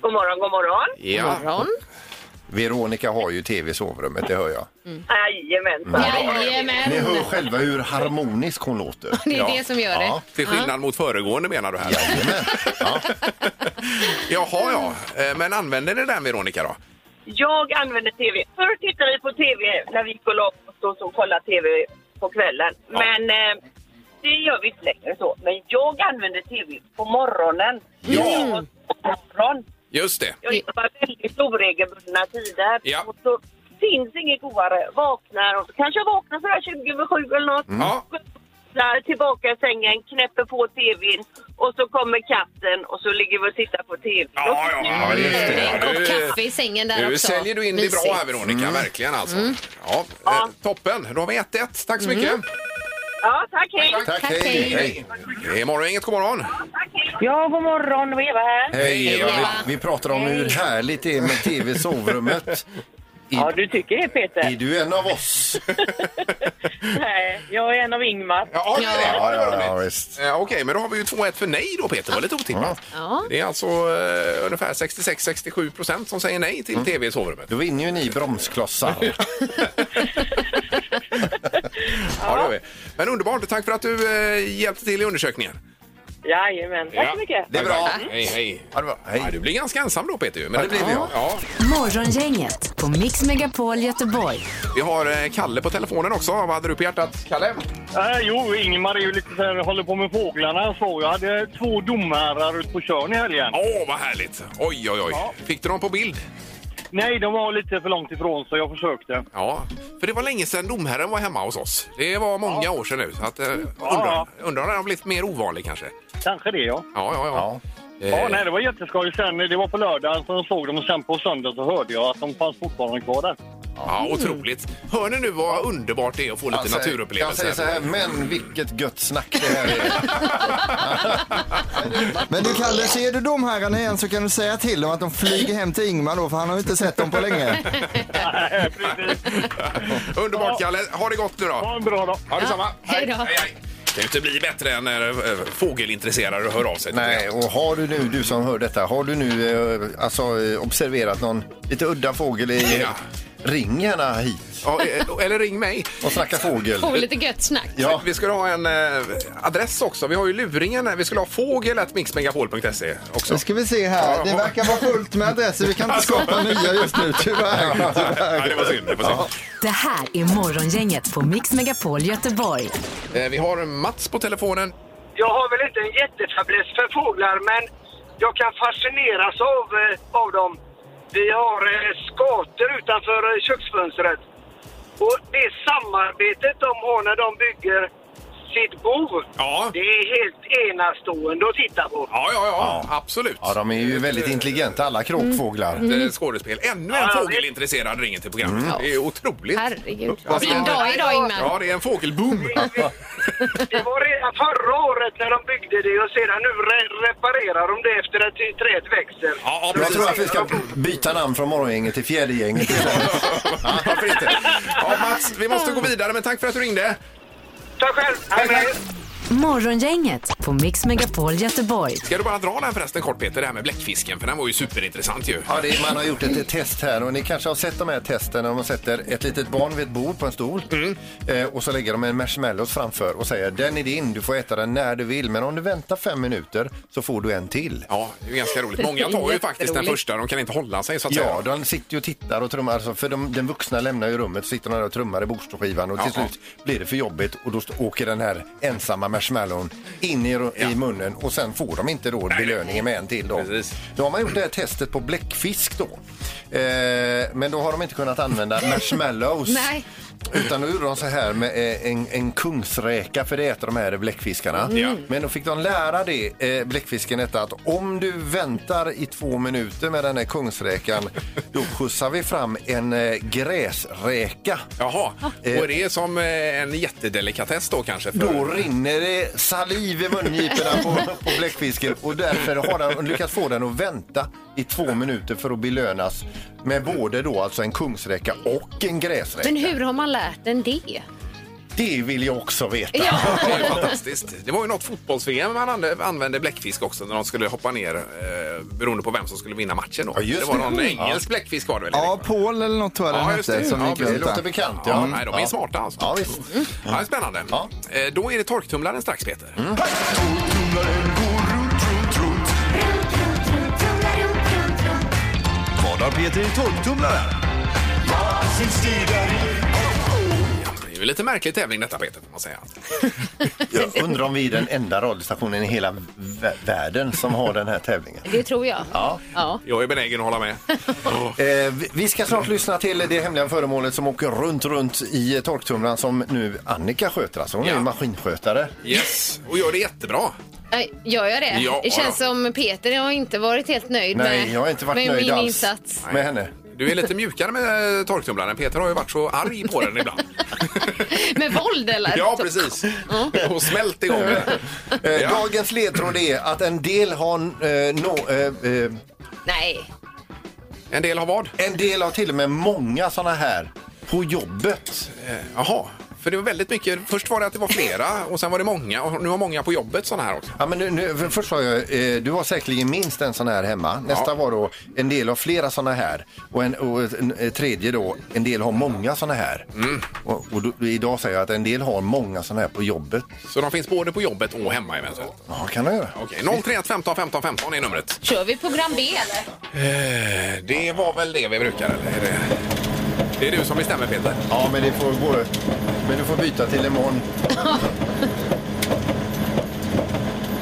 Speaker 2: God morgon, god morgon.
Speaker 6: God morgon.
Speaker 5: Veronica har ju tv i sovrummet, det hör jag.
Speaker 2: Jajamensan.
Speaker 5: Ni
Speaker 6: Jajamän.
Speaker 5: hör själva hur harmonisk hon låter.
Speaker 6: Det är
Speaker 4: Ja.
Speaker 6: det som gör det.
Speaker 5: Ja.
Speaker 4: Till skillnad mot föregående menar du här? Jajamän. Jaha, ja. Eh, Men använder ni den Veronica då?
Speaker 9: Jag använder tv. Förr tittade vi på tv när vi gick och la oss och så kollade tv på kvällen. Men eh, det gör vi inte längre så. Men jag använder tv på morgonen. Ja! Morgon.
Speaker 4: Just det.
Speaker 9: Jag jobbar väldigt oregelbundna tider.
Speaker 4: Ja.
Speaker 9: Och så finns inget godare. Vaknar och så kanske jag vaknar sådär 20 över sju eller något.
Speaker 4: Ja.
Speaker 9: Där tillbaka i sängen, knäpper på tvn och så kommer katten och så ligger vi och tittar på tv.
Speaker 4: Ja, ja, ja, just
Speaker 6: Det
Speaker 4: det.
Speaker 6: är en
Speaker 4: Ja,
Speaker 6: kopp
Speaker 4: nu-
Speaker 6: kaffe i sängen där
Speaker 4: Nu
Speaker 6: också.
Speaker 4: säljer du in det bra
Speaker 6: Mysigt.
Speaker 4: här Veronica,
Speaker 5: Mm.
Speaker 4: verkligen alltså. Ja, eh, Toppen, då har vi 1-1. Tack så mycket.
Speaker 5: Mm.
Speaker 9: Ja, tack hej!
Speaker 5: Tack,
Speaker 6: Tack,
Speaker 5: hej.
Speaker 6: hej.
Speaker 5: hej.
Speaker 4: Det är morgongänget, god morgon.
Speaker 9: Ja, god morgon. Det var Eva här.
Speaker 5: Hej Eva,
Speaker 6: Eva.
Speaker 5: vi, vi pratar om hur härligt det är med tv i sovrummet.
Speaker 9: Ja, du tycker det
Speaker 5: Är
Speaker 9: Peter.
Speaker 5: du en av oss?
Speaker 9: Nej, jag är en av Ingmar.
Speaker 4: Ja, det är det.
Speaker 5: Ja,
Speaker 4: Ja, det var
Speaker 5: ja, ja
Speaker 4: roligt.
Speaker 5: visst.
Speaker 4: Eh, Okej, men då har vi ju 2-1 för nej då Peter, det var lite otippat.
Speaker 6: Ja.
Speaker 4: Det är alltså eh, ungefär 66-67 procent som säger nej
Speaker 5: Mm.
Speaker 4: till tv i sovrummet.
Speaker 5: Då vinner ju ni bromsklossar.
Speaker 4: Ja, det gör vi. Men underbart, tack för att du eh, hjälpte till i undersökningen.
Speaker 9: Jajamän, tack så mycket.
Speaker 5: Det är bra.
Speaker 4: Hej, hej.
Speaker 5: Ja, det var-
Speaker 4: Ja,
Speaker 5: Hej.
Speaker 4: du blir ganska ensam då Peter. ju. Men
Speaker 5: Ja, det blev jag.
Speaker 4: Ja.
Speaker 3: Morgongänget på Mix Megapol Göteborg.
Speaker 4: Vi har eh, Kalle på telefonen också. Vad hade du på hjärtat, Kalle?
Speaker 8: Äh, jo, Ingmar är ju lite så här, håller på med fåglarna så. Jag hade två domherrar ute på Tjörn i helgen.
Speaker 4: Åh, vad härligt! Oj, oj, oj. Fick du dem på bild?
Speaker 8: Nej, de var lite för långt ifrån så jag försökte.
Speaker 4: Ja, för det var länge sedan domherren var hemma hos oss. Det var många år sedan nu. Så att, eh, undrar,
Speaker 8: ja.
Speaker 4: undrar om den har blivit mer ovanlig kanske.
Speaker 8: Kanske det ja.
Speaker 4: Ja, ja, ja.
Speaker 8: Ja,
Speaker 4: Eh,
Speaker 8: nej, det var jätteskoj. Sen, eh, det var på lördagen så de såg dem och sen på söndagen så hörde jag att de fanns fortfarande kvar där.
Speaker 4: ja, otroligt. Hör ni nu vad underbart det är att få lite
Speaker 5: Alltså, Jag
Speaker 4: naturupplevelser?
Speaker 5: säger så här, men vilket gött snack det här är.
Speaker 7: Men du Kalle, ser du de herrarna igen så kan du säga till dem att de flyger hem till Ingmar då, för han har ju inte sett dem på länge.
Speaker 8: Nej, precis.
Speaker 4: Underbart,
Speaker 8: Ja.
Speaker 4: Kalle. Ha det gott nu då.
Speaker 8: Ha en bra dag.
Speaker 4: Ha detsamma.
Speaker 6: hej då.
Speaker 4: Det kan ju inte bli bättre än när eh, fågelintresserade hör av sig. till
Speaker 5: Nej,
Speaker 4: det.
Speaker 5: och har du nu, du som hör detta, har du nu eh, alltså, eh, observerat någon lite udda fågel i
Speaker 4: Ja.
Speaker 5: Ring gärna hit
Speaker 4: Ja, eh, eller ring mig.
Speaker 5: och snacka fågel.
Speaker 6: Får vi lite gött snack.
Speaker 5: Ja.
Speaker 4: Vi skulle ha en eh, adress också. Vi har ju luringen. här. Vi skulle ha fågel.mixmegapol.se också.
Speaker 7: Nu ska vi se här. Det verkar vara fullt med adresser. Vi kan inte skapa nya just nu, tyvärr.
Speaker 4: Nej, det var synd. Det var synd.
Speaker 3: Det här är Morgongänget på Mix Megapol Göteborg.
Speaker 4: Eh, Vi har Mats på telefonen.
Speaker 8: Jag har väl inte en jättefäbless för fåglar, men jag kan fascineras av, eh, av dem. Vi har eh, skator utanför eh, köksfönstret. Och det samarbetet de har när de bygger sitt bo,
Speaker 4: Ja.
Speaker 8: det är helt enastående att titta på.
Speaker 4: Ja, ja, ja. Absolut.
Speaker 5: Ja, de är ju väldigt intelligenta alla kråkfåglar.
Speaker 4: Eh, Skådespel. Ännu en fågelintresserad ringer till programmet.
Speaker 5: Mm.
Speaker 4: Det är ju otroligt.
Speaker 6: Herregud.
Speaker 4: Ja, vi-
Speaker 6: Fin dag idag Ingmar.
Speaker 4: Ja, det är en fågelboom.
Speaker 8: Det var redan förra året när de byggde det och sedan nu re- reparerar de det efter att trädet växer.
Speaker 4: Ja, ja,
Speaker 5: Jag
Speaker 4: precis.
Speaker 5: tror att vi ska byta namn från morgongänget till fjädergänget.
Speaker 4: Ja, Varför inte? Ja, Mats, vi måste gå vidare, men tack för att du ringde.
Speaker 8: Tack själv!
Speaker 3: Morgongänget på Mix Megapol Göteborg.
Speaker 4: Ska du bara dra den här förresten kort, Peter, det här med bläckfisken? För den var ju superintressant ju.
Speaker 5: Ja, det är, man har gjort ett test här och ni kanske har sett de här testen när man sätter ett litet barn vid ett bord på en stol eh, och så lägger de en marshmallows framför och säger den är din, du får äta den när du vill men om du väntar fem minuter så får du en till.
Speaker 4: Ja, det är ju ganska roligt. Många tar ju faktiskt den första, de kan inte hålla sig så att
Speaker 5: Ja,
Speaker 4: säga.
Speaker 5: de sitter ju och tittar och trummar. Alltså, för de, den vuxna lämnar ju rummet, sitter de där och trummar i bordsskivan och till
Speaker 4: Ja, ja.
Speaker 5: slut blir det för jobbigt och då st- åker den här ensamma marshmallown in i, ru- i munnen och sen får de inte då belöningen med en till. Då.
Speaker 4: Precis.
Speaker 5: då har man gjort det här testet på bläckfisk då. Eh, men då har de inte kunnat använda marshmallows.
Speaker 6: Nej.
Speaker 5: Utan då gjorde de så här med eh, en, en kungsräka, för det äter de här bläckfiskarna.
Speaker 6: Mm.
Speaker 4: Ja.
Speaker 5: Men då fick de lära det, eh, bläckfisken detta, att om du väntar i två minuter med den här kungsräkan, då skjutsar vi fram en eh, gräsräka.
Speaker 4: Jaha, och är det som eh, en jättedelikatess då kanske? För...
Speaker 5: Då
Speaker 6: Mm.
Speaker 5: rinner det saliv i mungiporna på, på bläckfisken och därför har den lyckats få den att vänta i två minuter för att belönas med både då alltså en kungsräka och en gräsräka.
Speaker 6: Men hur har man lärt den det?
Speaker 5: Det vill jag också veta.
Speaker 6: Ja.
Speaker 4: Det är ju fantastiskt. Det var ju något fotbolls-VM man använde- använde bläckfisk också när de skulle hoppa ner eh, beroende på vem som skulle vinna matchen. Då.
Speaker 5: Ja, just
Speaker 4: det var
Speaker 5: det.
Speaker 4: någon
Speaker 5: Mm.
Speaker 4: engelsk bläckfisk var det väl?
Speaker 7: Ja,
Speaker 4: Erik?
Speaker 7: Paul eller något tror jag den
Speaker 4: Ja, just
Speaker 7: hette
Speaker 4: det.
Speaker 7: som
Speaker 4: Ja,
Speaker 7: gick
Speaker 4: precis.
Speaker 5: Det
Speaker 7: runt
Speaker 5: låter
Speaker 7: där.
Speaker 5: bekant.
Speaker 4: Ja, nej, de är smarta alltså.
Speaker 5: Ja, visst.
Speaker 4: Ja, det är spännande.
Speaker 5: Ja. Mm.
Speaker 4: Eh, Då är det torktumlaren strax, Peter.
Speaker 11: Vad har Peter i torktumlaren?
Speaker 4: Det är ju lite märklig tävling detta, Peter, får man säga.
Speaker 5: Jag undrar om vi är den enda radiostationen i hela vä- världen som har den här tävlingen.
Speaker 6: Det tror jag.
Speaker 5: Ja.
Speaker 6: ja.
Speaker 4: Jag är benägen att hålla med. Åh.
Speaker 5: Eh, vi- vi ska snart lyssna till det hemliga föremålet som åker runt, runt i eh, torktumlaren som nu Annika sköter. Alltså hon är
Speaker 4: Ja.
Speaker 5: ju maskinskötare.
Speaker 4: Yes, och gör det jättebra.
Speaker 6: Nej, Gör jag det?
Speaker 4: Ja,
Speaker 6: det känns
Speaker 4: ja.
Speaker 6: som Peter har inte varit helt nöjd
Speaker 5: Nej,
Speaker 6: med,
Speaker 5: jag har inte varit
Speaker 6: med
Speaker 5: nöjd
Speaker 6: min
Speaker 5: alls
Speaker 6: insats.
Speaker 5: med henne.
Speaker 4: Du är lite mjukare med eh, torktumlaren. Peter har ju varit så arg på den ibland.
Speaker 6: Med våld eller?
Speaker 4: Ja, precis. Mm. Och smält igång den.
Speaker 5: Eh,
Speaker 4: Ja.
Speaker 5: Dagens ledtråd är att en del har eh, nå- eh, eh,
Speaker 6: Nej.
Speaker 4: En del har vad?
Speaker 5: en del har till och med många sådana här på jobbet.
Speaker 4: Eh, Jaha, för det var väldigt mycket. Först var det att det var flera och sen var det många och nu har många på jobbet sådana här också.
Speaker 5: Ja, men nu, nu, för först sa jag, eh, du har säkerligen minst en sån här hemma. Nästa
Speaker 4: Ja.
Speaker 5: var då en del av flera såna här. Och en och en, eh, tredje då, en del har många såna här.
Speaker 4: Mm.
Speaker 5: Och, och då, idag säger jag att en del har många såna här på jobbet.
Speaker 4: Så de finns både på jobbet och hemma eventuellt.
Speaker 5: Ja, kan jag göra.
Speaker 4: Okej, 031 15 15 15 är numret.
Speaker 6: Kör vi program B eller?
Speaker 4: Eh, Det var väl det vi brukar, eller? Är det... Det är du som bestämmer, Peter.
Speaker 5: Ja, men det får gå. Men du får byta till imorgon.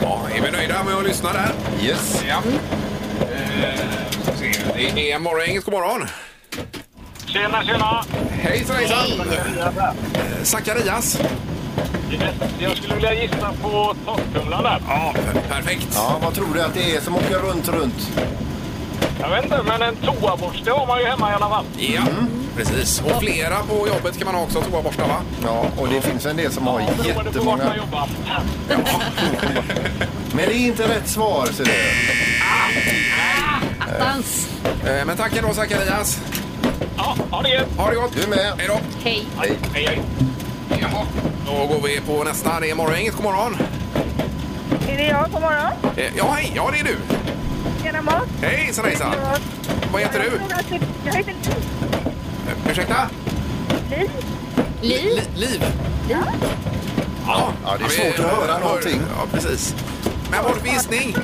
Speaker 4: Ja, är vi nöjda med att lyssna där?
Speaker 5: Yes.
Speaker 4: Ja. Mm. Eh, Det är morgongänget. God morgon!
Speaker 8: Tjena, tjena!
Speaker 4: Hejsan, hejsan! Eh, Zacharias.
Speaker 8: Jag skulle vilja gissa på torktumlaren där.
Speaker 4: Ja, per- perfekt.
Speaker 5: Ja, vad tror du att det är som åker runt, runt?
Speaker 8: Jag vet inte, men en toaborste har man ju hemma i alla fall.
Speaker 4: Ja, precis. Och flera på jobbet kan man ha också, toaborstar, va?
Speaker 5: Ja, och det finns en del som har
Speaker 8: Beroende på vart
Speaker 5: jättemånga.
Speaker 8: man jobbar.
Speaker 5: Men det är inte rätt svar, ser du.
Speaker 6: Attans.
Speaker 4: Eh, Men tack ändå, Zacharias.
Speaker 8: Ja, ha det gött!
Speaker 4: Ha det gott!
Speaker 5: Du med.
Speaker 4: Hej då!
Speaker 6: Hej.
Speaker 8: Hej, hej!
Speaker 4: Jaha, då går vi på nästa. Det är morgongänget. God morgon!
Speaker 2: Är det jag? God morgon.
Speaker 4: Eh, Ja, hej! Ja, det är du.
Speaker 2: Tjena Mats.
Speaker 4: Hejsan, hejsan! Vad heter du?
Speaker 2: Jag heter Liv.
Speaker 4: Ursäkta?
Speaker 6: Liv?
Speaker 4: Liv? Ja.
Speaker 5: Ja, det är svårt att höra någonting.
Speaker 4: Ja, precis. Men vår gissning?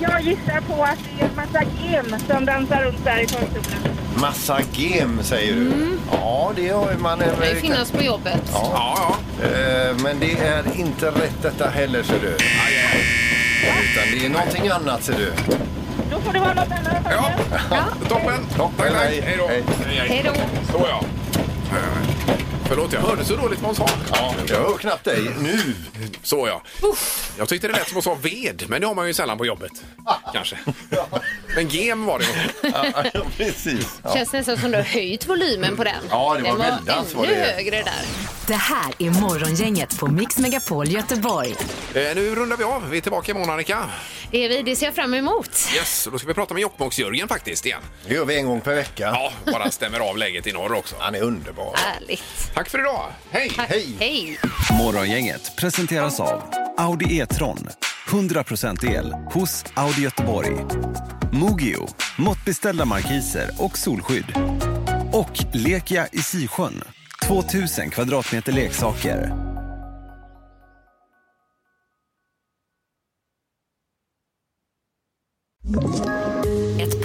Speaker 9: Jag gissar på att det är en massa gem som dansar runt där i torgstolen.
Speaker 5: Massa gem säger du. Ja, det har ju man...
Speaker 6: Det kan ju finnas på jobbet.
Speaker 5: Ja.
Speaker 4: Ja,
Speaker 5: Eh, Men det är inte rätt detta heller ser du. Utan det är någonting annat ser du.
Speaker 9: Då får det vara något annat.
Speaker 4: ja. ja. Toppen. Tack, tack.
Speaker 5: hej.
Speaker 4: Hej då.
Speaker 5: Hej.
Speaker 6: Hej då.
Speaker 4: Så ja. Eh, Förlåt, jag hörde så dåligt vad hon sa.
Speaker 5: Ja, jag hör knappt dig nu.
Speaker 4: Så ja. Jag tyckte det lät som hon sa ved, men det har man ju sällan på jobbet. Kanske. Men gem var det.
Speaker 5: Ja, precis. Ja.
Speaker 6: Känns nästan som du har höjt volymen på den.
Speaker 5: Ja, det var
Speaker 6: den
Speaker 5: väldans
Speaker 6: var
Speaker 5: vad
Speaker 6: ännu
Speaker 5: det är.
Speaker 6: högre där.
Speaker 3: Det här är Morgongänget på Mix Megapol Göteborg.
Speaker 4: Eh, Nu rundar vi av. Vi är tillbaka imorgon, Annika.
Speaker 6: Det är vi, det ser jag fram emot.
Speaker 4: Yes, och då ska vi prata med Jokkmokks-Jörgen faktiskt igen.
Speaker 5: Det gör vi en gång per vecka.
Speaker 4: Ja, bara stämmer av läget i norr också.
Speaker 5: Han är underbar.
Speaker 6: Härligt.
Speaker 4: Tack för idag. Hej!
Speaker 5: Hej.
Speaker 6: Hej.
Speaker 7: Morgongänget presenteras av Audi E-tron. 100% el hos Audi Göteborg. Mogio, måttbeställda markiser och solskydd. Och Lekia i Sisjön, 2000 kvadratmeter leksaker.
Speaker 3: Ett